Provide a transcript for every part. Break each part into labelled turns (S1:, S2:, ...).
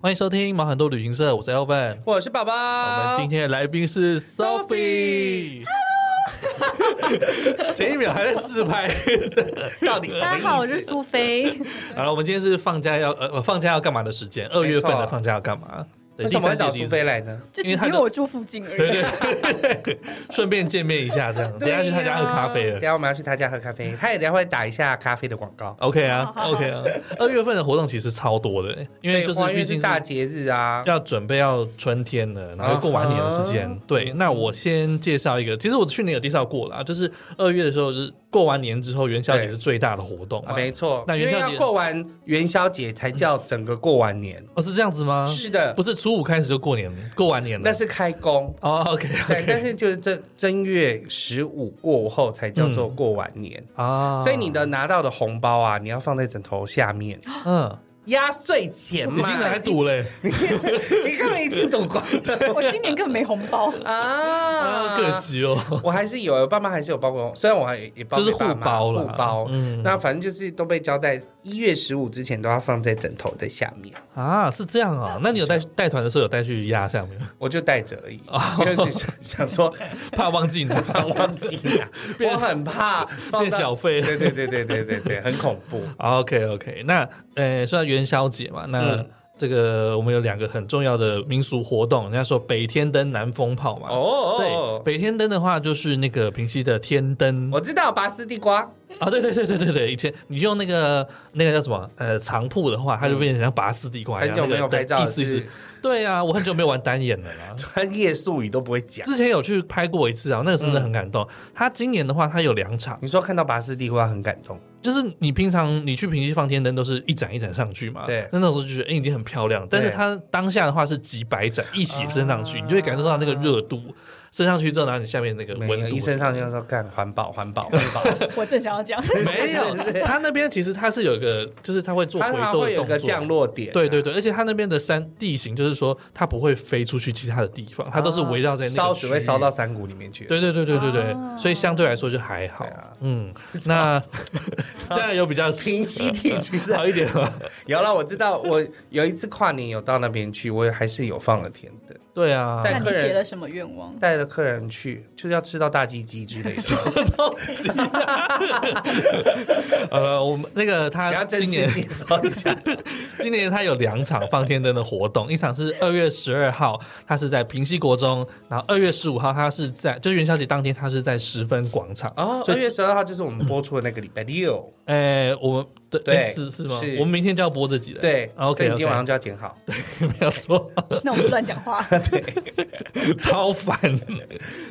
S1: 欢迎收听毛很多旅行社，我是 Elvin。
S2: 我是宝宝。
S1: 我们今天的来宾是 Sophie。前一秒还在自拍，到 底什
S3: 大
S1: 么
S3: 家好，我
S1: 意
S3: 是
S1: 思？
S3: 苏菲。
S1: 好了，我们今天是放假要呃呃放假要干嘛的时间？二月份的放假要干嘛？对
S2: 为什么会找
S1: 第
S2: 苏
S1: 三季
S2: 菲来呢？
S3: 就
S1: 因为
S3: 只
S1: 他
S3: 是
S1: 的
S3: 因为我住附近 而
S1: 对
S3: 已。
S1: 对对对， 顺便见面一下，这样等
S3: 啊对
S1: 一
S3: 呀
S1: 下去他家喝咖啡了
S2: 等一。下我们要去他家喝咖啡，他也等一下会打一下咖啡的广告。
S1: OK 啊
S3: 好好好
S1: ，OK 啊，二月份的活动其实超多的，因为就
S2: 哇
S1: 是
S2: 因
S1: 毕
S2: 为是
S1: 竟
S2: 大
S1: 是
S2: 节日啊，
S1: 要准备要春天了，然后过完年的时间
S2: 啊。
S1: 对，那我先介绍一个，其实我去年有介绍过啦，就是二月的时候，就是过完年之后，元宵节
S2: 对
S1: 是最大的活动
S2: 啊
S1: 嘛。
S2: 没错，
S1: 那
S2: 因
S1: 元
S2: 为
S1: 宵节
S2: 要过完元宵节才叫整个过完年。
S1: 哦，是这样子吗？
S2: 是的
S1: 不，是初五开始就过年，过完年了。
S2: 那是开工。
S1: 哦，OK
S2: 对，但
S1: OK
S2: 是就是正正月十五过后才叫做过完年，
S1: 啊，
S2: 所以你的拿到的红包啊，你要放在枕头下面
S1: 嗯，
S2: 压岁钱
S1: 你
S2: 嘛，
S1: 竟然还赌嘞，
S2: 你根本已经懂 光了
S3: 我今年根本没红包，
S2: 啊
S1: 啊，可惜哦，
S2: 我还是有，我爸妈还是有包过，虽然我还也包
S1: 就是
S2: 给
S1: 互
S2: 爸妈
S1: 包了，
S2: 互包。
S1: 嗯，
S2: 那反正就是都被交代，一月十五之前都要放在枕头的下面，
S1: 啊是这样啊，那你有带带团的时候有带去压下面吗，
S2: 我就带着而已，因为只是想说
S1: 怕忘记 拿，
S2: 怕忘记拿，我很怕放
S1: 变
S2: 到
S1: 小费。
S2: 对对对对对对对，很恐怖。
S1: OK OK，那呃，虽然元宵节嘛，那
S2: 嗯
S1: 这个我们有两个很重要的民俗活动，人家说北天灯南风炮嘛。对，
S2: 哦，
S1: 北天灯的话就是那个平西的天灯
S2: 我知道拔丝地瓜，
S1: 啊，对对对对对对，以前你用那个那个叫什么呃长铺的话，它就变成像拔丝地瓜一
S2: 嗯
S1: 样，
S2: 很久没有
S1: 那个
S2: 拍照
S1: 意
S2: 了，
S1: 思
S2: 是。
S1: 意思。对啊，我很久没有玩单眼了啦
S2: 专业术语都不会讲。
S1: 之前有去拍过一次啊，那个真的很感动。他今年的话，他有两场，
S2: 你说看到拔丝地瓜很感动，
S1: 就是你平常你去平西放天灯都是一盏一盏上去嘛，
S2: 对
S1: 那那时候就觉得哎、已经很漂亮，但是它当下的话是几百盏一起升上去，
S2: 啊
S1: 你就会感受到那个热度，升上去之后，然后你下面那个
S2: 没
S1: 温
S2: 有
S1: 度
S2: 一升上去就说干环保环保环保，
S3: 我正想 要讲。
S1: 没有，它那边其实它是有一个，就是它会做
S2: 它
S1: 回
S2: 还
S1: 收
S2: 会
S1: 的
S2: 有
S1: 动
S2: 个
S1: 作，
S2: 降落点啊，
S1: 对对对，而且它那边的山地形就是说它不会飞出去其他的地方，它都是围绕在那个
S2: 啊烧只
S1: 区域
S2: 会烧到山谷里面去。
S1: 对对对对对对，
S3: 啊
S1: 所以相对来说就还好。
S2: 对啊
S1: 嗯， 那 这样有比较
S2: 平西地区的
S1: 好一点吗？
S2: 有了，我知道，我有一次跨年有到那边去，我还是有放了天灯，
S1: 对啊，
S2: 但
S3: 那你
S2: 客人
S3: 写了什么愿望？
S2: 带了客人去，就是要吃到大鸡鸡之类的。
S1: 东西、呃，我们那个
S2: 你
S1: 他
S2: 要真
S1: 今
S2: 实
S1: 年
S2: 介绍一下，
S1: 今年他有两场放天灯的活动，一场是二月十二号，他是在平西国中，然后二月十五号他是在就是元宵节当天，他是在十分广场。
S2: 哦，
S1: 所
S2: 二
S1: 以
S2: 月十二号就是我们播出的那个礼拜六，
S1: 哎、我们对
S2: 对
S1: 哎是是吗
S2: 是
S1: 我们明天就要播这集了。
S2: 对，所以
S1: ，OK，
S2: 你今天晚上就要剪好。
S1: 没有错，
S3: 那我们乱讲话。
S1: 超 烦。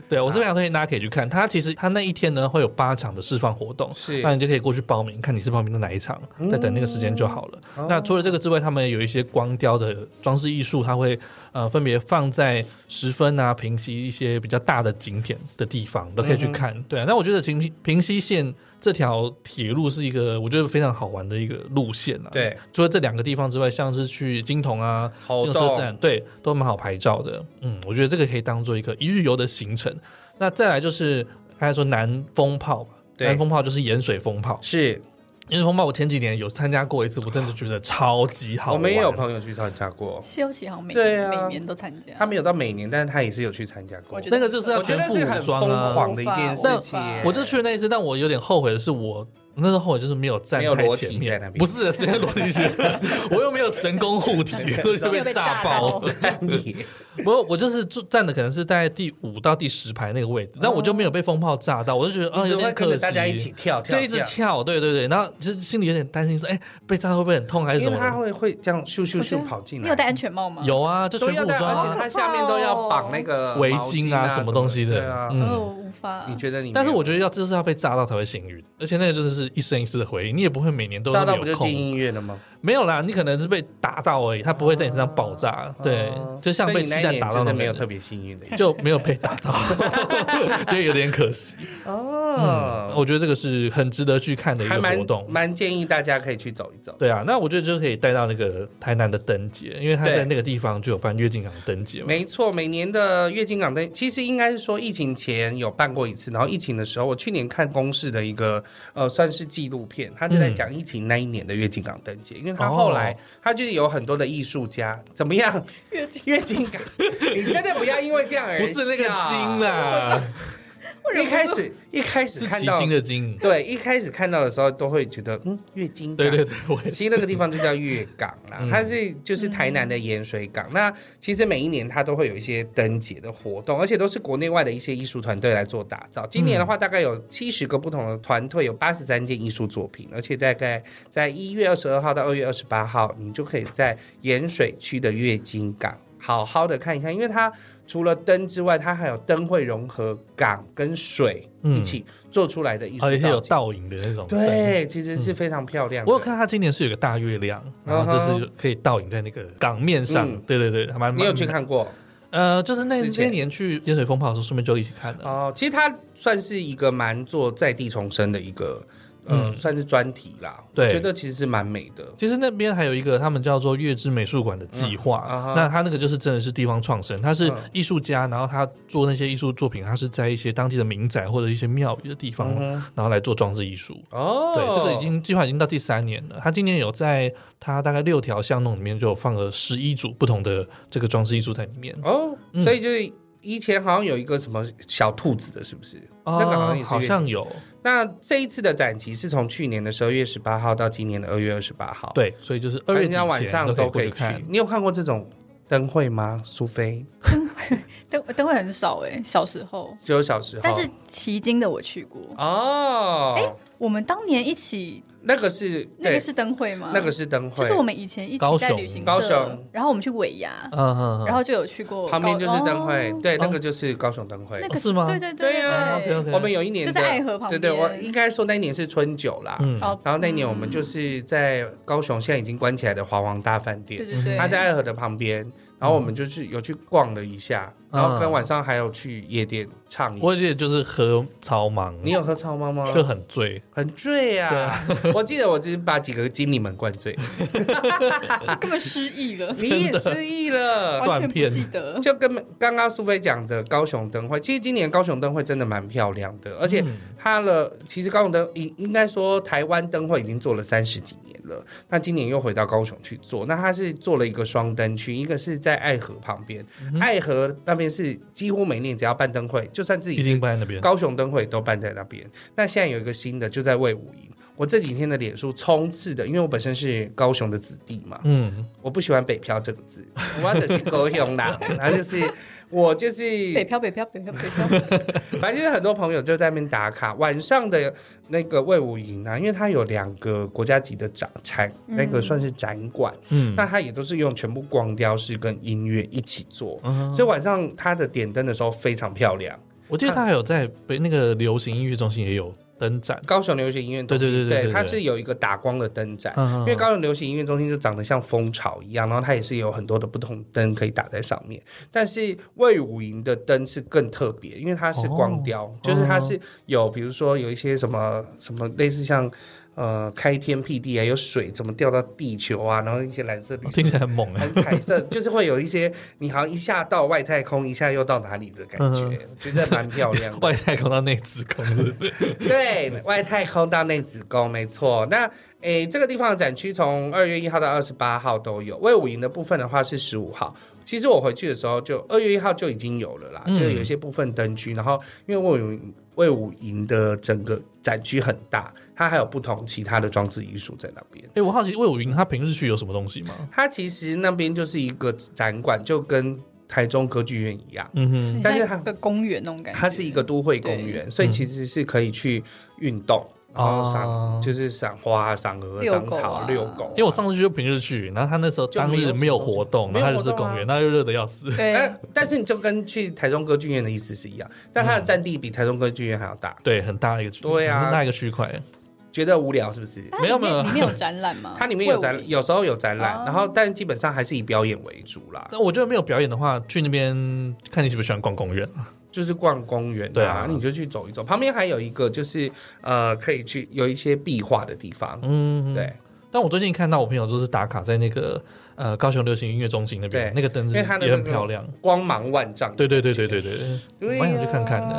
S1: 对啊我是非常推荐大家可以去看，他其实他那一天呢会有八场的释放活动，
S2: 是
S1: 那你就可以过去报名，看你是报名的哪一场，再等那个时间就好了。
S2: 嗯
S1: 那除
S2: 哦
S1: 了这个之外，他们有一些光雕的装饰艺术，它会呃分别放在十分啊、平溪一些比较大的景点的地方都可以
S2: 嗯
S1: 去看。对啊，那我觉得平溪平溪线这条铁路是一个我觉得非常好玩的一个路线啊。
S2: 对，
S1: 除了这两个地方之外，像是去金童啊、
S2: 好
S1: 金
S2: 动
S1: 融车站，对，都蛮好拍照的。嗯，我觉得这个可以当做一个一日游的行程。那再来就是刚才说南风炮嘛，
S2: 对
S1: 南风炮就是盐水风炮。
S2: 是
S1: 盐水风炮我前几年有参加过一次，我真的觉得超级好
S2: 我
S1: 玩。
S2: 们也有朋友去参加过，
S3: 休息好像每
S2: 对
S3: 年
S2: 啊
S3: 每年都参加。
S2: 他没有到每年，但是他也是有去参加过
S3: 我。觉得
S1: 那个就是要
S2: 我觉
S1: 全
S2: 得
S1: 副
S2: 是很
S1: 武
S2: 疯
S1: 装啊！
S2: 狂的一件事情
S3: 我
S1: 我就去了那一次，但我有点后悔的是我。那时候后悔就是没有站
S2: 没有
S1: 太
S2: 裸体
S1: 前面
S2: 在那，边
S1: 不是是因为裸体鞋，我又没有神功护 体，我就被炸爆。
S3: 没有被
S2: 你
S1: 我我就是坐站的可能是在第五到第十排那个位置，但我就没有被风炮炸到，我就觉得啊、
S2: 哦你只
S1: 有
S2: 会
S1: 点
S2: 跟
S1: 可
S2: 着
S1: 惜。
S2: 大家一起跳
S1: 就
S2: 跳
S1: 一直
S2: 跳，
S1: 跳，对对对，然后就心里有点担心说，哎、被炸到会不会很痛还是
S2: 因
S1: 什
S2: 为
S1: 哎么
S2: 他
S1: 的？
S2: 会会这样咻咻
S3: 我觉
S2: 咻
S3: 得
S2: 跑进来。
S3: 啊你有戴安全帽吗？。
S1: 有啊，就
S2: 都
S1: 全副
S2: 要
S1: 武
S2: 戴，
S1: 装
S2: 而且
S1: 啊。
S2: 它下面都要绑那个
S1: 围
S2: 毛
S1: 巾
S2: 巾
S1: 啊
S2: 啊，
S1: 什么东西的
S2: 对啊，
S1: 嗯
S3: 哦，无法。
S2: 你觉得你？
S1: 但是我觉得要就是要被炸到才会幸运，而且那个真的是一生一世的回忆，你也不会每年都
S2: 炸
S1: 那
S2: 到
S1: 么
S2: 不
S1: 有
S2: 就进
S1: 空。
S2: 音乐了吗？
S1: 没有啦，你可能是被打到而已，它不会在你身上爆炸。对，就像被鸡蛋打到
S2: 哦所以你那一年就是
S1: 种
S2: 没有
S1: 感
S2: 特
S1: 觉
S2: 别幸运的
S1: 就没有被打 到，就有点可惜。嗯，
S2: 哦，
S1: 我觉得这个是很值得去看的一
S2: 还
S1: 个
S2: 蛮
S1: 活动。
S2: 蛮建议大家可以去走一走。
S1: 对啊，那我觉得就可以带到那个台南的灯节，因为他
S2: 对
S1: 在那个地方就有办月进港灯节嘛。
S2: 没错，每年的月经港灯，其实应该是说疫情前有办过一次，然后疫情的时候，我去年看公视的一个呃，算算是纪录片，他就在讲疫情那一年的月进港灯节，因为他后来、
S1: 嗯哦
S2: 他就是有很多的艺术家，怎么样？
S3: 月经
S2: 月进港，你真的不要因为这样而
S1: 不是那个
S2: 笑
S1: 金啦，
S2: 一开始一开始
S1: 是
S2: 看
S1: 奇
S2: 到
S1: 经，的经。
S2: 对，一开始看到的时候都会觉得，嗯，月经
S1: 对
S2: 港
S1: 对对，我也
S2: 其
S1: 是
S2: 实那个地方就叫月港啦，
S1: 嗯
S2: 它是就是台南的盐水港。那其实每一年它都会有一些灯节的活动，而且都是国内外的一些艺术团队来做打造。今年的
S1: 嗯
S2: 话，大概有七十个不同的团队，有八十三件艺术作品，而且大概在一月二十二号到二月二十八号，你就可以在盐水区的月经港好好的看一看，因为它除了灯之外，它还有灯会融合港跟水
S1: 嗯
S2: 一起做出来的艺术
S1: 而且
S2: 造
S1: 有嗯
S2: 景。
S1: 倒影的那种。
S2: 对，其实是非常漂亮的。
S1: 我有看他今年是有个大月亮，然后就是可以倒影在那个港面上。
S2: 嗯
S1: 对对对，还蛮
S2: 你有去？看过？
S1: 蛮呃，就是那
S2: 之
S1: 那
S2: 前
S1: 年去烟水风炮的时候，顺便就一起看的。
S2: 哦，其实它算是一个蛮做在地重生的一个，呃、
S1: 嗯
S2: 算是专题啦。
S1: 对
S2: 我觉得其实是蛮美的。
S1: 其实那边还有一个他们叫做月之美术馆的计划，
S2: 嗯啊哈
S1: 那他那个就是真的是地方创生，他是
S2: 嗯
S1: 艺术家，然后他做那些艺术作品，他是在一些当地的民宅或者一些庙宇的地方，
S2: 嗯
S1: 然后来做装置艺术。
S2: 哼哦，
S1: 对，这个已经计划已经到第三年了。他今年有在他大概六条巷弄里面就有放了十一组不同的这个装置艺术在里面。
S2: 哦，
S1: 嗯
S2: 所以就是以前好像有一个什么小兔子的，是不是？
S1: 哦，
S2: 那个好像也是
S1: 好
S2: 月
S1: 像
S2: 经
S1: 有，
S2: 那这一次的展期是从去年的十二月十八号到今年的二月二十八号，，
S1: 对，所以就是二月
S2: 人
S1: 底
S2: 家
S1: 前
S2: 晚上
S1: 都
S2: 可
S1: 可
S2: 以
S1: 以过去
S2: 去
S1: 看。。
S2: 你有看过这种灯会吗？苏菲，
S3: 灯灯会很少哎，小时候，
S2: 只有小时候，
S3: 但是奇经的我去过。
S2: 哦，
S3: 我们当年一起，
S2: 那个是
S3: 那
S2: 对
S3: 个是灯会吗？
S2: 那个是灯会，
S3: 就是我们以前一
S1: 高
S3: 起在
S1: 雄
S3: 旅行
S2: 高
S3: 社
S2: 雄，
S3: 然后我们去尾牙，
S1: 嗯嗯，
S3: 然后就有去过
S2: 旁边
S3: 哦高
S2: 就是灯会，
S3: 哦
S2: 对，那
S1: 哦
S2: 个就是高雄灯会
S3: 那。
S1: 哦
S3: 个
S1: 是吗
S3: 对对
S2: 对
S3: 对
S2: 啊
S1: ，OK，OK
S2: 我们有一年
S3: 就
S2: 的
S3: 在爱河旁
S2: 对
S3: 边。
S2: 对，我应该说那一年是春酒啦。
S1: 嗯
S3: 哦
S2: 然后那一年我们就是在高雄现在已经关起来的华王大饭
S3: 对
S2: 店，
S3: 对对，
S2: 它嗯在爱河的旁边。然后我们就是有去逛了一下，然后跟晚上还有去夜店唱一。
S1: 嗯我也就是喝超忙，
S2: 你有喝超妈吗？
S1: 就很醉。
S2: 很醉
S1: 对
S2: 啊！ 我记得我只是把几个经理们 灌醉，
S3: 啊根本失忆了，
S2: 你也失忆了。
S3: 完全
S1: 断片
S3: 不记得。
S2: 就跟刚刚苏菲讲的高雄灯会，其实今年高雄灯会真的蛮漂亮的，而且
S1: 嗯
S2: 它了，其实高雄灯应应该说台湾灯会已经做了三十几年了，那今年又回到高雄去做，那它是做了一个双灯区，一个是在爱河旁边，
S1: 嗯
S2: 爱河那边是几乎每年只要办灯会，就算自己
S1: 一
S2: 是
S1: 定不在那边。
S2: 高雄灯会都办在那边。那现在有一个新的就在魏武营，我这几天的脸书充斥的，因为我本身是高雄的子弟嘛，
S1: 嗯，
S2: 我不喜欢北漂这个字，我的是高 雄啦，然后就是我就是
S3: 北漂，北漂，北漂，北漂。
S2: 嗯反正就是很多朋友就在那边打卡。晚上的那个魏武营啊，因为它有两个国家级的展展，
S3: 嗯
S2: 那个算是展馆，
S1: 嗯
S2: 那它也都是用全部光雕式跟音乐一起做，
S1: 嗯
S2: 所以晚上它的点灯的时候非常漂亮。
S1: 我记得他还有在北那个流行音乐中心也有灯展。
S2: 高雄流行音乐
S1: 对
S2: 中心，
S1: 对对对对
S2: 它是有一个打光的灯展。
S1: 嗯
S2: 因为高雄流行音乐中心就长得像蜂巢一样，然后它也是有很多的不同灯可以打在上面。但是魏武营的灯是更特别，因为它是
S1: 哦
S2: 光雕，就是
S1: 嗯
S2: 它是有比如说有一些什么什么类似像呃开天辟地啊，有水怎么掉到地球啊，然后一些蓝色、绿色
S1: 听、起来很猛 哎。
S2: 很彩色，就是会有一些你好像一下到外太空，一下又到哪里的感觉，
S1: 嗯
S2: 觉得蛮漂 亮的。
S1: 外太空到内子宫是不是
S2: 对，外太空到内子宫，没错。那诶，这个地方的展区从二月一号到二十八号都有。魏武营的部分的话是十五号。其实我回去的时候就二月一号就已经有了啦，
S1: 嗯
S2: 就是有一些部分灯区。然后因为魏武营魏武营的整个展区很大，它还有不同其他的装置艺术在那边。
S1: 哎，我好奇魏武云他平日去有什么东西吗？
S2: 它其实那边就是一个展馆，就跟台中歌剧院一样。
S1: 嗯哼，
S2: 但是它
S3: 它个公园那种感觉，
S2: 它是一个都会公园，所以其实是可以去运动，然后赏、
S1: 哦
S2: 就是赏花、赏鹅、
S3: 遛
S2: 赏
S3: 狗啊
S2: 草、遛狗啊。
S1: 因为我上次去就平日去，然后他那时候当日没有活动，啊
S2: 就没
S1: 然
S2: 有
S1: 后
S2: 什
S1: 他就是
S2: 么
S1: 公
S2: 没有活
S1: 园，
S2: 动
S1: 然后又热的要死。
S3: 对
S2: 但哎但是你就跟去台中歌剧院的意思是一样，但它的占地比台中歌剧院还要大，
S1: 对，很大一个区，
S2: 对啊
S1: 很大一个区块。
S2: 觉得无聊是不是？
S3: 它
S1: 没有没有
S3: 里面里面有展览吗？
S2: 它里面有
S3: 魏
S2: 展
S3: 武，营
S2: 有时候有展览，
S3: 哦
S2: 然后但基本上还是以表演为主啦，
S1: 那我觉得没有表演的话，去那边看你喜不喜欢逛公园。啊
S2: 就是逛公园
S1: 对
S2: 啊
S1: 啊，
S2: 你就去走一走。旁边还有一个就是呃，可以去有一些壁画的地方，
S1: 嗯，
S2: 对，
S1: 但我最近看到我朋友就是打卡在那个呃高雄流行音乐中心那边
S2: 对，
S1: 那个灯是
S2: 因为它的
S1: 也很
S2: 那个
S1: 漂亮。
S2: 光芒万丈。
S1: 对对对对对对，
S2: 对呀，
S1: 我蛮想去看看的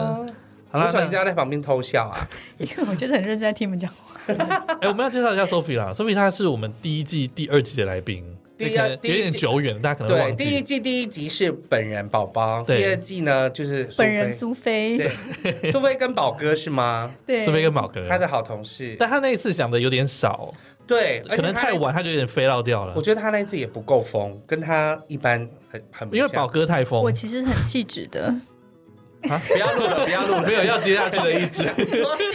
S1: 好啦
S2: 为什么一直要在旁边偷笑啊？
S3: 因为我就是很认真在听你们讲话。
S1: 哎，我们要介 绍一下 Sophie 啦，Sophie 她是我们第一季第二季的来宾，
S2: 第二
S1: 那可
S2: 第
S1: 能有
S2: 一
S1: 点
S2: 季
S1: 久远，大家可能
S2: 对，
S1: 忘
S2: 第一
S1: 记。
S2: 季第一集是本人宝宝，
S1: 对
S2: 第二季呢就是苏
S3: 本人
S2: 菲
S3: 苏菲，
S2: 对苏菲跟宝哥是吗？
S3: 对，
S1: 顺便跟宝哥，
S2: 他的好同事，
S1: 但他那一次想的有点少，
S2: 对，
S1: 可
S2: 而且
S1: 能
S2: 他
S1: 太
S2: 那次。
S1: 晚，他就有点飞到掉了
S2: 我。觉得他那一次也不够疯，跟他一般很很不
S1: 因为
S2: 像
S1: 宝哥太疯
S3: 我，其实很气质 的，
S2: 不要录了，不要录 了，
S1: 没有要接下去的意思。
S3: 点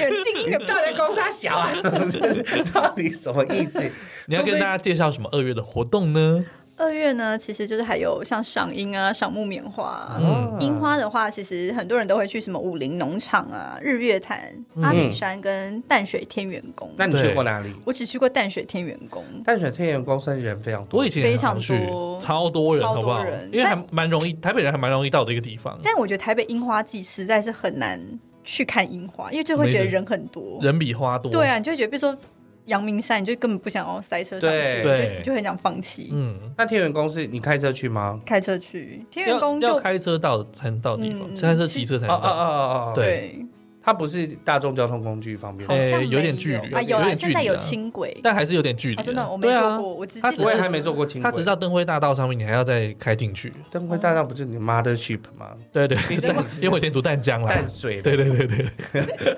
S3: 静
S2: 你到底在攻他 小啊？就是到底什么意思？
S1: 你要跟大家介绍什么二月的活动呢？
S3: 二月呢，其实就是还有像赏樱啊、赏木棉花、啊。
S1: 嗯
S3: 樱花的话，其实很多人都会去什么武林农场啊、日月潭、阿里山跟淡水天元宫。
S2: 嗯那你去过哪里？
S3: 我只去过淡水天元宫，
S2: 淡水天元宫算是人非常多，
S1: 我以前也很常去
S3: 非常多
S1: 超多人，
S3: 超
S1: 好
S3: 多
S1: 不好
S3: 人？
S1: 因为还
S3: 但
S1: 蛮容易，台北人还蛮容易到的一个地方，
S3: 但我觉得台北樱花季实在是很难去看樱花，因为就会觉得人很多。
S1: 人比花多。
S3: 对，啊，你就会觉得，比如说阳明山，你就根本不想要塞车上去，
S2: 对
S1: 对
S3: 就就很想放弃。
S1: 嗯，
S2: 那天元宫是你开车去吗？
S3: 开车去天元
S1: 要
S3: 宫
S1: 要
S3: 就
S1: 开车到才能到地方，
S3: 嗯
S1: 开车骑车才
S2: 哦
S1: 能
S2: 哦
S1: 到。
S2: 哦哦哦，
S1: 对
S2: 它不是大众交通工具方便
S3: 好
S2: 吗。
S1: 哎
S3: 像没
S1: 有点距离
S3: 啊，有
S1: 有
S3: 啊，
S1: 点距
S3: 现
S1: 离
S3: 在有
S1: 啊
S3: 轻轨，
S1: 但还是有点距离啊。
S3: 啊真的我没
S1: 对啊
S3: 坐过，我只
S1: 他
S3: 是
S1: 只
S2: 我
S1: 是
S2: 也还没坐过轻轨，
S1: 它只到灯辉大道上面，你还要再开进去。
S2: 灯辉大道不是你 mothership 吗？
S1: 对 对，对
S2: 你真的
S1: 因为我以前读淡江啦，
S2: 淡水的
S1: 对对对对。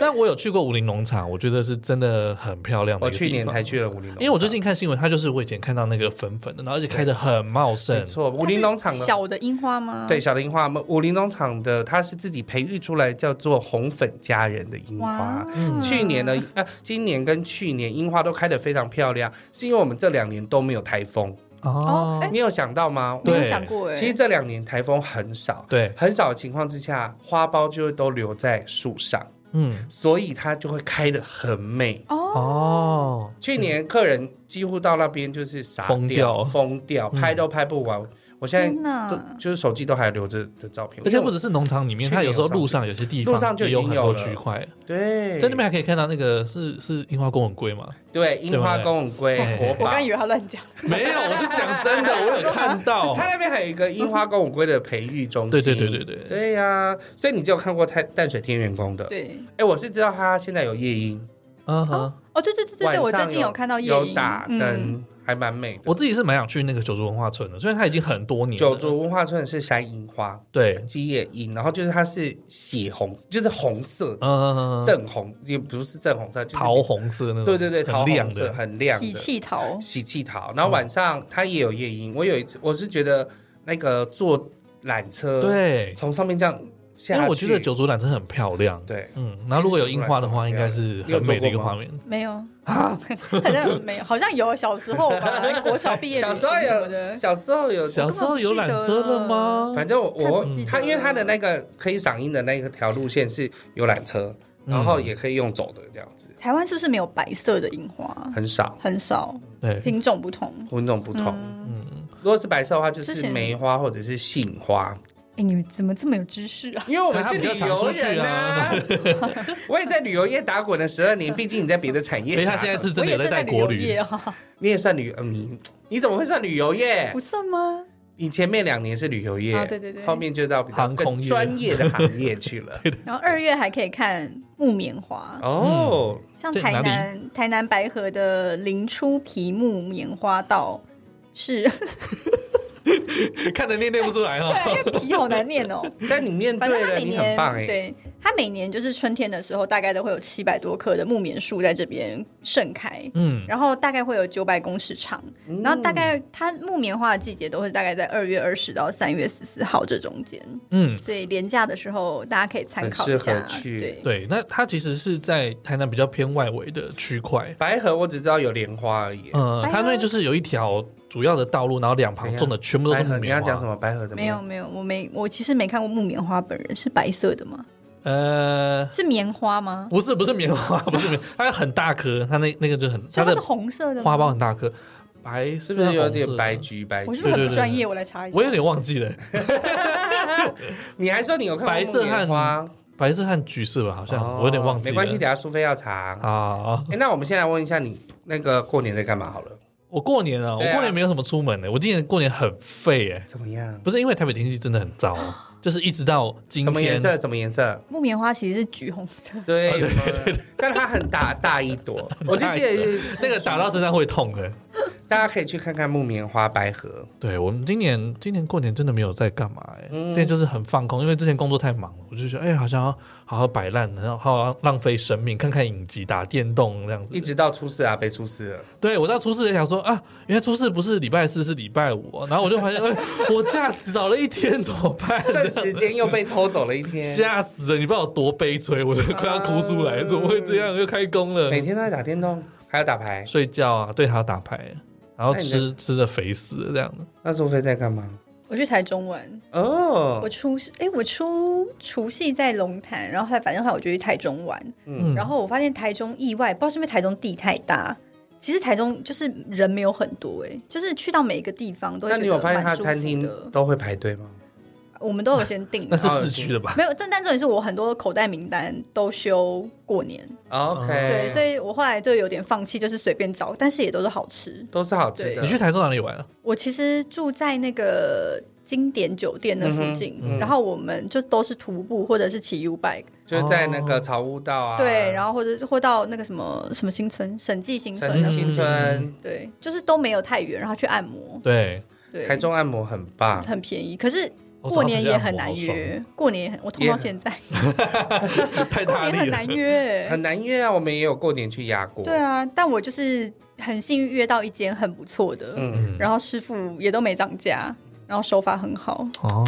S1: 但我有去过武林农场，我觉得是真的很漂亮的
S2: 我
S1: 一个地方。
S2: 去年才去了武林农场，
S1: 因为我最近看新闻，它就是我以前看到那个粉粉的，然后而且开的很茂盛
S2: 没。错，武
S3: 它
S2: 林
S3: 是
S2: 农场的
S3: 小的樱花吗？
S2: 对，小的樱花，武林农场的它是自己培育出来叫做红粉佳人的樱花
S3: 哇。，
S1: 嗯
S2: 去年呢，呃，今年跟去年樱花都开得非常漂亮，是因为我们这两年都没有台风。
S1: 哦
S3: 哦，哎
S2: 你有想到吗？
S3: 没有
S1: 对
S3: 想过哎，
S2: 其实这两年台风很少，
S1: 对，
S2: 很少的情况之下，花苞就会都留在树上，
S1: 嗯，
S2: 所以它就会开得很美。
S3: 哦，
S1: 哦，
S2: 去年客人几乎到那边就是傻
S1: 疯掉嗯
S2: 掉、疯掉，拍都拍不完。我现在
S3: 天哪
S2: 都就是手机都还留着的照片，
S1: 而且
S2: 因为
S1: 不只是农场里面，
S2: 去
S1: 它
S2: 年
S1: 有时候
S2: 有上
S1: 路上有些地方
S2: 路上就已
S1: 也
S2: 经
S1: 很
S2: 有
S1: 多
S2: 了
S1: 区块，
S2: 我对
S1: 在那边还可以看到那个是是樱花公文 龟吗？
S2: 对，樱花公很龟
S1: 对
S2: 国
S1: 对
S3: 我
S2: 宝
S3: 刚。以为他乱讲，
S1: 没有，我是讲真的，我有看到。
S2: 它那边还有一个樱花公母龟的培育中心，
S1: 对对对对对
S2: 对呀、所以你只有看过太淡水天元宫的，
S3: 对，
S2: 哎，我是知道它现在有夜莺，
S1: 嗯哼，
S3: 哦，对对对对
S2: 晚上
S3: 对，我最近有看到夜
S2: 有
S3: 莺，
S2: 打
S3: 嗯，
S2: 灯，还蛮美的。
S1: 我自己是蛮想去那个九族文化村的，虽然它已经很多年了。
S2: 九族文化村是山樱花、
S1: 对，
S2: 鸡夜樱，然后就是它是血红，就是红色
S1: 嗯，嗯嗯嗯
S2: 正红也不是正红色，就是
S1: 桃红色那种，
S2: 对对对，
S1: 很
S2: 桃
S1: 亮
S2: 红色
S1: 的，
S2: 很亮
S3: 喜
S2: 的
S3: 气桃，
S2: 喜气桃。然后晚上它也有夜莺，我有一次我是觉得那个坐缆车，，
S1: 对，
S2: 从上面这样下
S1: 因
S2: 去，
S1: 为我觉得九族缆车很漂亮。
S2: 对。
S1: 嗯，然后如果有樱花的话，应该是很美的一个画面。
S3: 没有啊， 好像没有，好像有，小时候吧， 国小毕业旅
S2: 小
S3: 行
S2: 时候
S3: 什么
S2: 有，
S3: 的，
S2: 小时候有，
S1: 小时候有缆车了吗？
S2: 反正我我
S3: 看不记得
S2: 他，因为他的那个可以赏樱的那个条路线是有缆车，
S1: 嗯
S2: 然后也可以用走的这样子，
S3: 台湾是不是没有白色的樱花？
S2: 很少，
S3: 很少，
S1: 对，
S3: 品种不同。
S2: 品种不同。
S3: 嗯
S2: 如果是白色的话，就
S3: 之
S2: 是
S3: 前
S2: 梅花或者是杏花，
S3: 哎，你们怎么这么有知识啊？
S2: 因为我们是
S1: 比较
S2: 旅
S1: 常出
S2: 游
S1: 去
S2: 人啊
S1: 啊。
S2: 我也在旅游业打滚了十二年，毕哎竟你在别的产
S1: 所
S2: 业
S1: 以
S2: 打
S1: 他
S2: 滚，
S1: 现在是真
S3: 我
S1: 的有
S3: 也是
S1: 带
S3: 旅
S1: 国
S3: 游
S1: 旅
S3: 业，啊，
S2: 你也算旅游，你你怎么会算旅游业
S3: 不？算吗？
S2: 你前面两年是旅游业，
S3: 啊对对对
S2: 后面就到比较
S1: 航空
S2: 更
S1: 业
S2: 专业的行业去 了。
S3: 然后二月还可以看木棉花，
S2: 哦，
S3: 像
S1: 对
S3: 台
S1: 哪里
S3: 南台南白河的林出皮木棉花道是，
S1: 看得念念不出来哈。
S3: 对，因为皮好难念哦。
S2: 但你面
S3: 反正
S2: 对
S3: 它
S2: 了，
S3: 每
S2: 你
S3: 年
S2: 很
S1: 欸
S2: 棒哎、
S3: 对它每年就是春天的时候，大概都会有七百多棵的木棉树在这边盛开。
S1: 嗯，
S3: 然后大概会有九百公尺长，
S2: 嗯
S3: 然后大概它木棉花的季节都是大概在二月二十到三月十四号这中间，
S1: 嗯，
S3: 所以廉价的时候大家可以参考
S2: 很
S3: 一
S2: 适合
S3: 下。
S2: 去
S3: 对，
S1: 对，那它其实是在台南比较偏外围的区块。
S2: 白河我只知道有莲花而已。
S1: 呃，
S3: 白
S1: 它那边
S3: 河
S1: 就是有一条主要的道路，然后两旁
S2: 怎样
S1: 种的全部都
S2: 白
S1: 是
S2: 河，
S1: 木
S2: 哎你要
S1: 棉
S2: 讲什
S1: 花。
S2: 么？白河怎么
S3: 没有
S2: 样？
S3: 没有，我没我其实没看过木棉花本人，是白色的吗？
S1: 呃，
S3: 是棉花吗？
S1: 不是不是棉花， 不是棉，它很大颗，它那那个就很，
S3: 所
S1: 它
S3: 以它
S1: 的
S3: 是红色的吗
S1: 花苞很大颗，白
S2: 是
S1: 是
S2: 不是有点白？橘白
S3: 我是
S2: 橘？
S3: 不是
S1: 对对
S3: 很
S1: 对
S3: 不专业？我来查一下。
S1: 我有点忘记了，
S2: 你还说你有看过
S1: 白色
S2: 木棉花？
S1: 白色和橘色吧，好像
S2: 哦
S1: 我有点忘记了。
S2: 没关系，等下苏菲要查。
S1: 啊，
S2: 哎，那我们现在问一下你那个过年在干嘛好了？
S1: 我过年啊，我
S2: 对啊
S1: 过年没有什么出门的，我今年过年很废哎，
S2: 怎么样？
S1: 不是因为台北天气真的很糟，就是一直到今
S2: 什么颜
S1: 天，
S2: 色？什么颜色？哦
S3: 木棉花其实是橘红色，
S2: 对
S1: 对对
S2: 对，但它很大大一朵，我就记得
S1: 那个打到身上会痛的。
S2: 大家可以去看看木棉花百合，
S1: 对我们今年今年过年真的没有在干嘛哎、欸，
S2: 嗯
S1: 今年就是很放空，因为之前工作太忙了，我就觉得哎、好像要好好摆烂，然后好好浪费生命，看看影集、打电动这样
S2: 一
S1: 子。
S2: 直到出事啊，被出事了。
S1: 对我到初四也想说啊，原来初四不是礼拜四，是礼拜五哦、然后我就发现，哎、 我假期少了一天怎么办？
S2: 这时间又被偷走了一 天，
S1: 吓死了！你不知道有多悲催， 我都快要哭出来，
S2: 啊
S1: 怎么会这样？又开工了，
S2: 每天都在打电动，还要打牌。
S1: 睡觉啊，对他打牌，然后
S2: 那你
S1: 吃吃的肥死了这样的。
S2: 那苏菲在干嘛？
S3: 我去台中玩，
S2: 哦
S3: 我，出哎、我出除夕在龙潭，然后后来反正后来我就去台中玩，
S1: 嗯，
S3: 然后我发现台中意外，不知道是因为台中地太大，其实台中就是人没有很多哎、就是去到每一个地方都会
S2: 那你
S3: 觉得
S2: 有发现
S3: 蛮
S2: 他
S3: 舒
S2: 餐
S3: 服
S2: 厅
S3: 的
S2: 都会排队吗？
S3: 我们都有先订
S1: 那
S3: 的，
S1: 是市区的吧？
S3: 没有，但但重点是我很多口袋名单都休过年，
S1: 哦
S2: OK，
S3: 对，所以我后来就有点放弃，就是随便找，但是也都是好吃。
S2: 都是好吃的。
S1: 你去台中哪里玩啊？
S3: 我其实住在那个经典酒店那附近，
S2: 嗯哼嗯
S3: 然后我们就都是徒步或者是骑 U bike，、
S2: 就是在那
S1: 哦
S2: 个草悟道啊，
S1: 呃
S3: 对，然后或者是或到那个什么什么新村、审计新村
S2: 陈
S3: 那
S1: 审计
S3: 附
S2: 新
S3: 近，
S2: 村、
S3: 对，就是都没有太远，然后去按摩，
S1: 对，
S3: 对，
S2: 台中按摩很棒，
S3: 很便宜，可是。
S2: 哦
S1: 我
S3: 过
S1: 哦早上
S3: 年
S1: 就觉
S3: 也
S1: 得
S3: 很难
S1: 好爽，
S3: 约，过年也 很我痛
S2: 也
S3: 到
S2: 很
S3: 现在，
S1: 太
S3: 过
S1: 大
S3: 年
S1: 力
S3: 很
S1: 了
S3: 难。 约，
S2: 很难约啊。我们也有过年去压过，
S3: 对，啊，但我就是很幸运约到一间很不错的，
S2: 嗯，
S1: 嗯，
S3: 然后师傅也都没涨价，然后手法很好，
S1: 哦，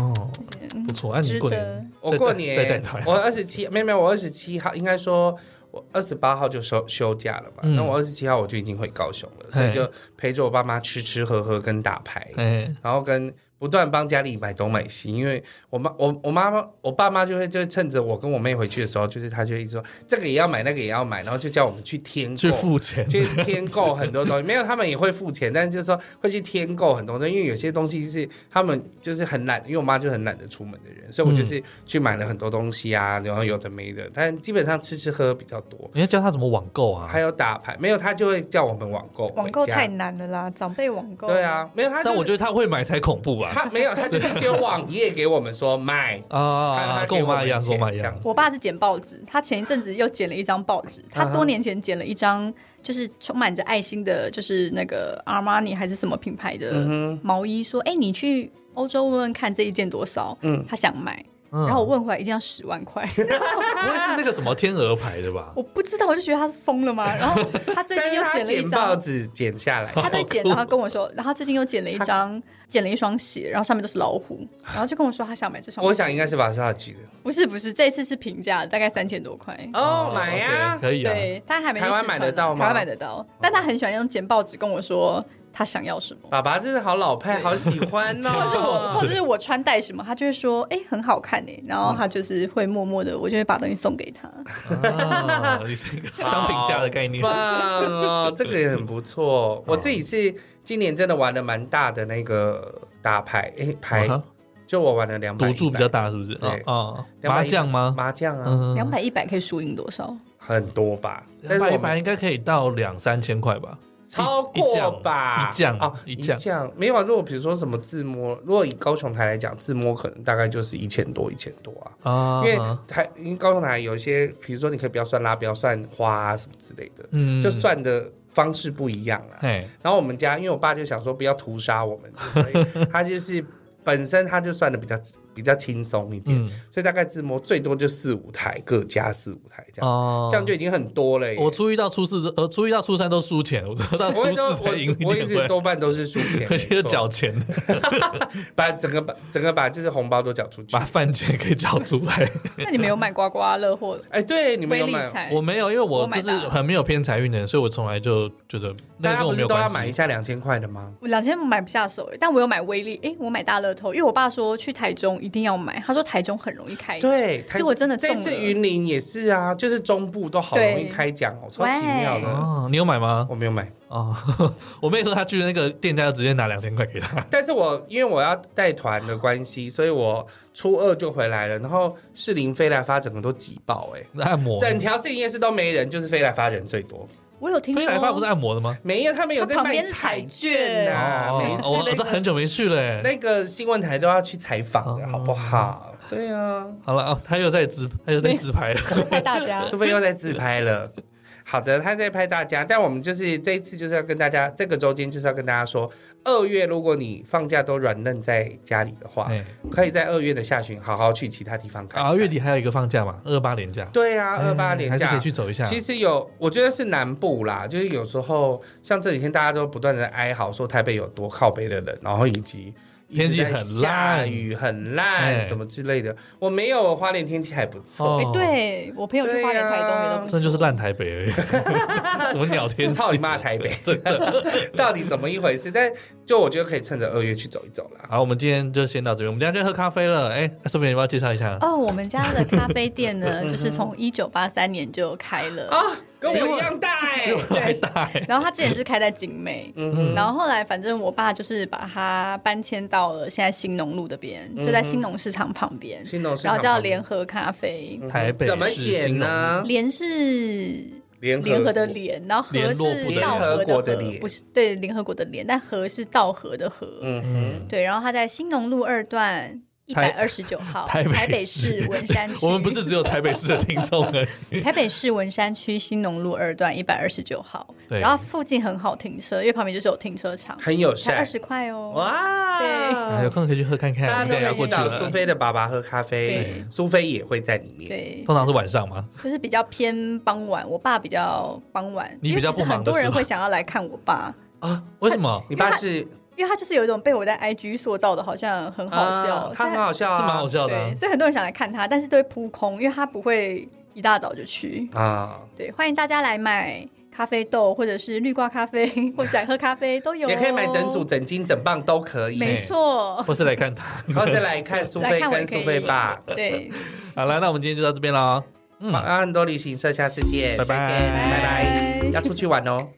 S1: 不错，那啊你
S3: 嗯值
S1: 过
S3: 得
S1: 年。
S2: 我过
S1: 再带
S2: 年
S1: 团
S2: 我二十七，没有没有，我二十七号应该说。我二十八号就休休假了嘛，
S1: 嗯
S2: 那我二十七号我就已经回高雄了，所以
S1: 嘿
S2: 就陪着我爸妈吃吃喝喝跟打牌，
S1: 哎，
S2: 然后跟不断帮家里买东买西，因为我妈我我妈妈我爸妈就会就会趁着我跟我妹回去的时候，就是他就一直说这个也要买那个也要买，然后就叫我们去添
S1: 去
S2: 购。
S1: 付 钱，
S2: 去添购很多东西，没有他们也会付钱，但是就是说会去添购很多东西，因为有些东西是他们就是很懒，因为我妈就很懒得出门的人，所以我就是去买了很多东西啊，然后有的没的，但基本上吃吃喝喝比较多，
S1: 你要教他怎么网购啊
S2: 还？有打牌，没有他就会叫我们网购，
S3: 网购
S2: 回家
S3: 太难了啦，长辈网购。
S2: 对，啊，没有他、就是，
S1: 但我觉得他会买才恐怖吧？
S2: 他没有，他就是丢网页给 我们说买，他
S1: 啊，
S2: 他
S1: 跟我妈一样，
S2: 给
S1: 跟我
S2: 我们
S1: 妈一
S2: 钱
S1: 样。
S3: 我爸是剪报纸，他前一阵子又剪了一张报纸，他
S2: 啊哈
S3: 多年前剪了一张，就是充满着爱心的，就是那个阿玛尼还是什么品牌的
S2: 嗯
S3: 毛衣，说：“哎、你去欧洲问问看这一件多少？”
S2: 嗯
S3: 嗯，他想买，
S1: 嗯
S3: 然后我问回来一件要十万块，
S2: 啊
S1: 不会是那个什么天鹅牌的吧？
S3: 我不知道，我就觉得他是疯了吗？然后他最
S2: 但
S3: 近
S2: 是
S3: 又
S2: 他
S3: 剪了一
S2: 剪报
S3: 张。
S2: 纸剪下 来，
S3: 他在
S1: 好
S3: 剪，
S1: 酷
S3: 然后跟我说，然后他最近又剪了一张，剪了一双鞋，然后上面都是老虎，然后就跟我说他想买这双鞋。
S2: 我想应该是把萨举的
S3: 不是不是，这次是平价，大概三千多块。
S1: Oh
S2: 哦，买呀
S1: OK，，可以啊。
S3: 对，他还没去
S2: 台湾
S3: 试穿
S2: 买得到吗
S3: 台湾买得到，哦但他很喜欢用剪报纸跟我说他想要什么，
S2: 爸爸真的好老派，好喜欢 哦，
S1: 对
S3: 或者是我，
S1: 哦
S3: 或者是我穿戴什么，他就会说哎、很好看哎、然后他就是会默默的，我就会把东西送给他。
S1: 啊，你是一个商品价的概念
S2: 好。棒哦，这个也很 不错。我自己是今年真的玩了蛮大的那个打牌，诶，牌
S1: 啊哈
S2: 就我玩了两百，
S1: 赌注比较大是不是？
S2: 对
S1: 啊啊，
S2: 200
S1: 麻将吗？
S2: 麻将啊，
S1: 嗯，
S3: 两百一百可以输赢多 少？
S2: 很多吧，
S1: 两
S2: 但是
S1: 百
S2: 我
S1: 一
S2: 们
S1: 百应该可以到两三千块吧？
S2: 超过吧，
S1: 一将
S2: 啊，
S1: 一
S2: 一
S1: 将
S2: 将没有啊。如果比如说什么自摸，如果以高雄台来讲，自摸可能大概就是一千多，一千多啊。
S1: 啊，
S2: 因为台因为高雄台有一些，比如说你可以不要算拉，不要算花、啊、什么之类的，
S1: 嗯
S2: 就算的方式不一样啊。
S1: 哎，
S2: 然后我们家，因为我爸就想说不要屠杀我们， 所以他就是本身他就算的比较比较轻松一点，
S1: 嗯
S2: 所以大概自摸最多就四五台，各加四五台这样，
S1: 哦
S2: 这样就已经很多了耶。
S1: 我初一到初四，呃，初一到初三都输钱，我到初
S2: 我一直
S1: 四才赢一
S2: 我我一
S1: 点
S2: 直
S1: 回
S2: 多半都是输 钱，
S1: 而且就
S2: 没错
S1: 缴钱，
S2: 把整个把整个把就是红包都缴出去
S1: 把。饭钱给缴出来。
S3: 那你没有买刮刮乐或
S2: 哎，对，你们
S3: 微
S2: 有
S3: 理
S2: 买？
S3: 财？
S1: 我没有，因为我
S3: 我买
S1: 就是
S3: 的啊
S1: 很没有偏财运的人，所以我从来就觉得那
S2: 大
S1: 个
S2: 家
S1: 跟我
S2: 不
S1: 没
S2: 是
S1: 有
S2: 都
S1: 关
S2: 要买一
S1: 系。
S2: 下两千块的吗？
S3: 我两千买不下手、欸，但我有买威力，哎、我买大乐透，因为我爸说去台中一定要买，他说台中很容易开奖，
S2: 对，
S3: 其实我真的中
S2: 这
S3: 了
S2: 次云林也是啊，就是中部都好容易开奖哦，超
S3: 对
S2: 奇妙的。
S1: 哦，你有买吗？
S2: 我没有买，
S1: 哦，我妹说她去那个店家直接拿两千块给她。
S2: 但是我因为我要带团的关系，所以我初二就回来了，然后士林飞来发整个都挤爆哎、
S1: 按 摩，欸
S2: 整条士林夜市都没人，就是飞来发人最多。
S3: 我有听
S1: 飞
S3: 说
S1: 来
S2: 哦
S1: 发不是按摩的吗？
S2: 没有，他们有在
S3: 它旁
S2: 卖
S3: 边是
S2: 彩
S3: 彩券
S2: 券啊，每
S1: 哦，
S2: 次
S1: 我我
S2: 那
S1: 都
S2: 个
S1: 很久没去了欸。
S2: 那个新闻台都要去采访的
S1: 哦
S2: 好不好？对啊，
S1: 好了啊，他又在自，他又在自拍了。
S4: 拍大家。
S2: 是不是又在自拍了？好的，他在拍大家，但我们就是这一次就是要跟大家，这个周间就是要跟大家说，二月如果你放假都软嫩在家里的话，
S1: 哎，
S2: 可以在二月的下旬好好去其他地方看看。
S1: 啊，月底还有一个放假嘛，二八连假，
S2: 对啊，二八
S1: 哎
S2: 连
S1: 还是
S2: 假、
S1: 可以去走一下。
S2: 其实有，我觉得是南部啦，就是有时候像这几天大家都不断的哀嚎说台北有多靠北的人，然后以及一直
S1: 天气
S2: 在
S1: 很
S2: 下
S1: 烂
S2: 雨很烂
S1: 哎
S2: 什么之类的。我没有花莲天气还不错，
S1: 哦
S4: 哎，对我朋友去花莲、
S2: 对啊
S4: 台东也都不
S1: 真的就是烂台北而已， 什么鸟天
S2: 天
S1: 气？
S2: 操你妈台 北，真的到底怎么一回事？但就我觉得可以趁着二月去走一走啦。
S1: 好，我们今天就先到这边，我们等一下就喝咖啡了。哎，顺便你要不要介绍一下？
S3: 哦，我们家的咖啡店呢，就是从一九八三年就开了，
S2: 啊，跟我一样大哎、
S1: 还
S2: 对，
S1: 大哎
S3: 然后它之前是开在景美。
S2: 嗯
S3: 然后后来，反正我爸就是把它搬迁到了现在新农路那边，就在新农市场旁边，
S2: 哼，新农市
S3: 然
S2: 场
S3: 后叫
S2: 旁边嗯
S3: 联合咖啡，
S1: 台北
S2: 怎么
S1: 市
S2: 写
S1: 新农
S2: 呢？
S3: 联是
S2: 联合
S3: 联合的
S2: 国
S3: 联，然后和
S1: 联络部
S3: 是
S1: 的
S3: 道和
S2: 联合国的
S3: 和
S2: 联
S3: 不是对联合国的联，但和是道和的和。
S2: 嗯哼
S1: 嗯，
S3: 对，然后它在新农路二段一百
S1: 台
S3: 二十九号，
S1: 台北
S3: 台北市文山区。
S1: 我们不是只有台北市的听众而已。
S3: 台北市文山区新农路二段一百二十九号，
S1: 对
S3: 然后附近很好停车，因为旁边就是有停车场，
S2: 很友
S3: 才二
S2: 善
S3: 十块哦。
S2: 哇，
S1: 有空可以去喝看看，
S2: 嗯大
S1: 我
S2: 家
S1: 们
S2: 都
S1: 等一下
S2: 可以
S1: 过
S2: 去
S1: 去
S2: 找苏
S1: 了。
S2: 菲的爸爸喝咖啡
S3: 对，
S2: 苏菲也会在里面。
S3: 对，
S1: 通常是晚上嘛，
S3: 就是比较偏傍晚，我爸比较傍晚，
S1: 你
S3: 因为
S1: 比较
S3: 其实
S1: 不忙
S3: 很
S1: 的
S3: 多
S1: 是
S3: 人
S1: 吧
S3: 会想要来看我爸，
S1: 啊？为什么？
S2: 你爸是
S3: 因为他就是有一种被我在 IG 塑造的，好像很好笑，
S2: 啊他很
S3: 所以
S2: 好笑
S1: 是
S2: 啊，
S1: 蛮好笑的啊
S3: 对，。所以很多人想来看他，但是都会扑空，因为他不会一大早就去。
S2: 啊，
S3: 对，欢迎大家来买咖啡豆，或者是绿挂咖啡，或者想喝咖啡都有，
S2: 也可以买整组、，整斤、整磅都可以。
S3: 没错。
S1: 或是来看他。
S2: 或哦是来看苏
S3: 来
S2: 菲
S3: 看我也
S2: 跟
S3: 可
S2: 苏
S3: 以
S2: 菲爸。
S3: 对，
S1: 好了，那我们今天就到这边了。嗯，
S2: 晚安，多旅行社，下次见，
S1: 拜拜
S2: 再见拜拜，
S3: 拜
S2: 要出去玩哦。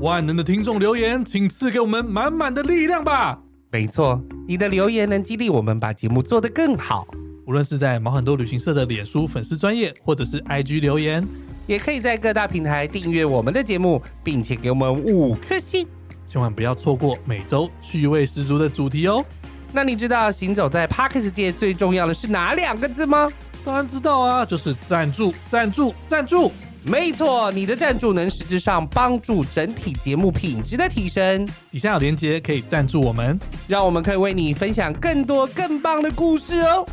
S1: 万能的听众留言，请赐给我们满满的力量吧！
S2: 没错，你的留言能激励我们把节目做得更好，
S1: 无论是在毛很多旅行社的脸书粉丝专业，或者是 IG 留言，
S2: 也可以在各大平台订阅我们的节目，并且给我们五颗星。
S1: 千万不要错过每周趣味十足的主题哦。
S2: 那你知道行走在 p a r k e s 界最重要的是哪两个字吗？
S1: 当然知道啊，就是赞助、赞助、赞助。
S2: 没错，你的赞助能实质上帮助整体节目品质的提升，
S1: 底下有链接可以赞助我们。
S2: 让我们可以为你分享更多更棒的故事哦。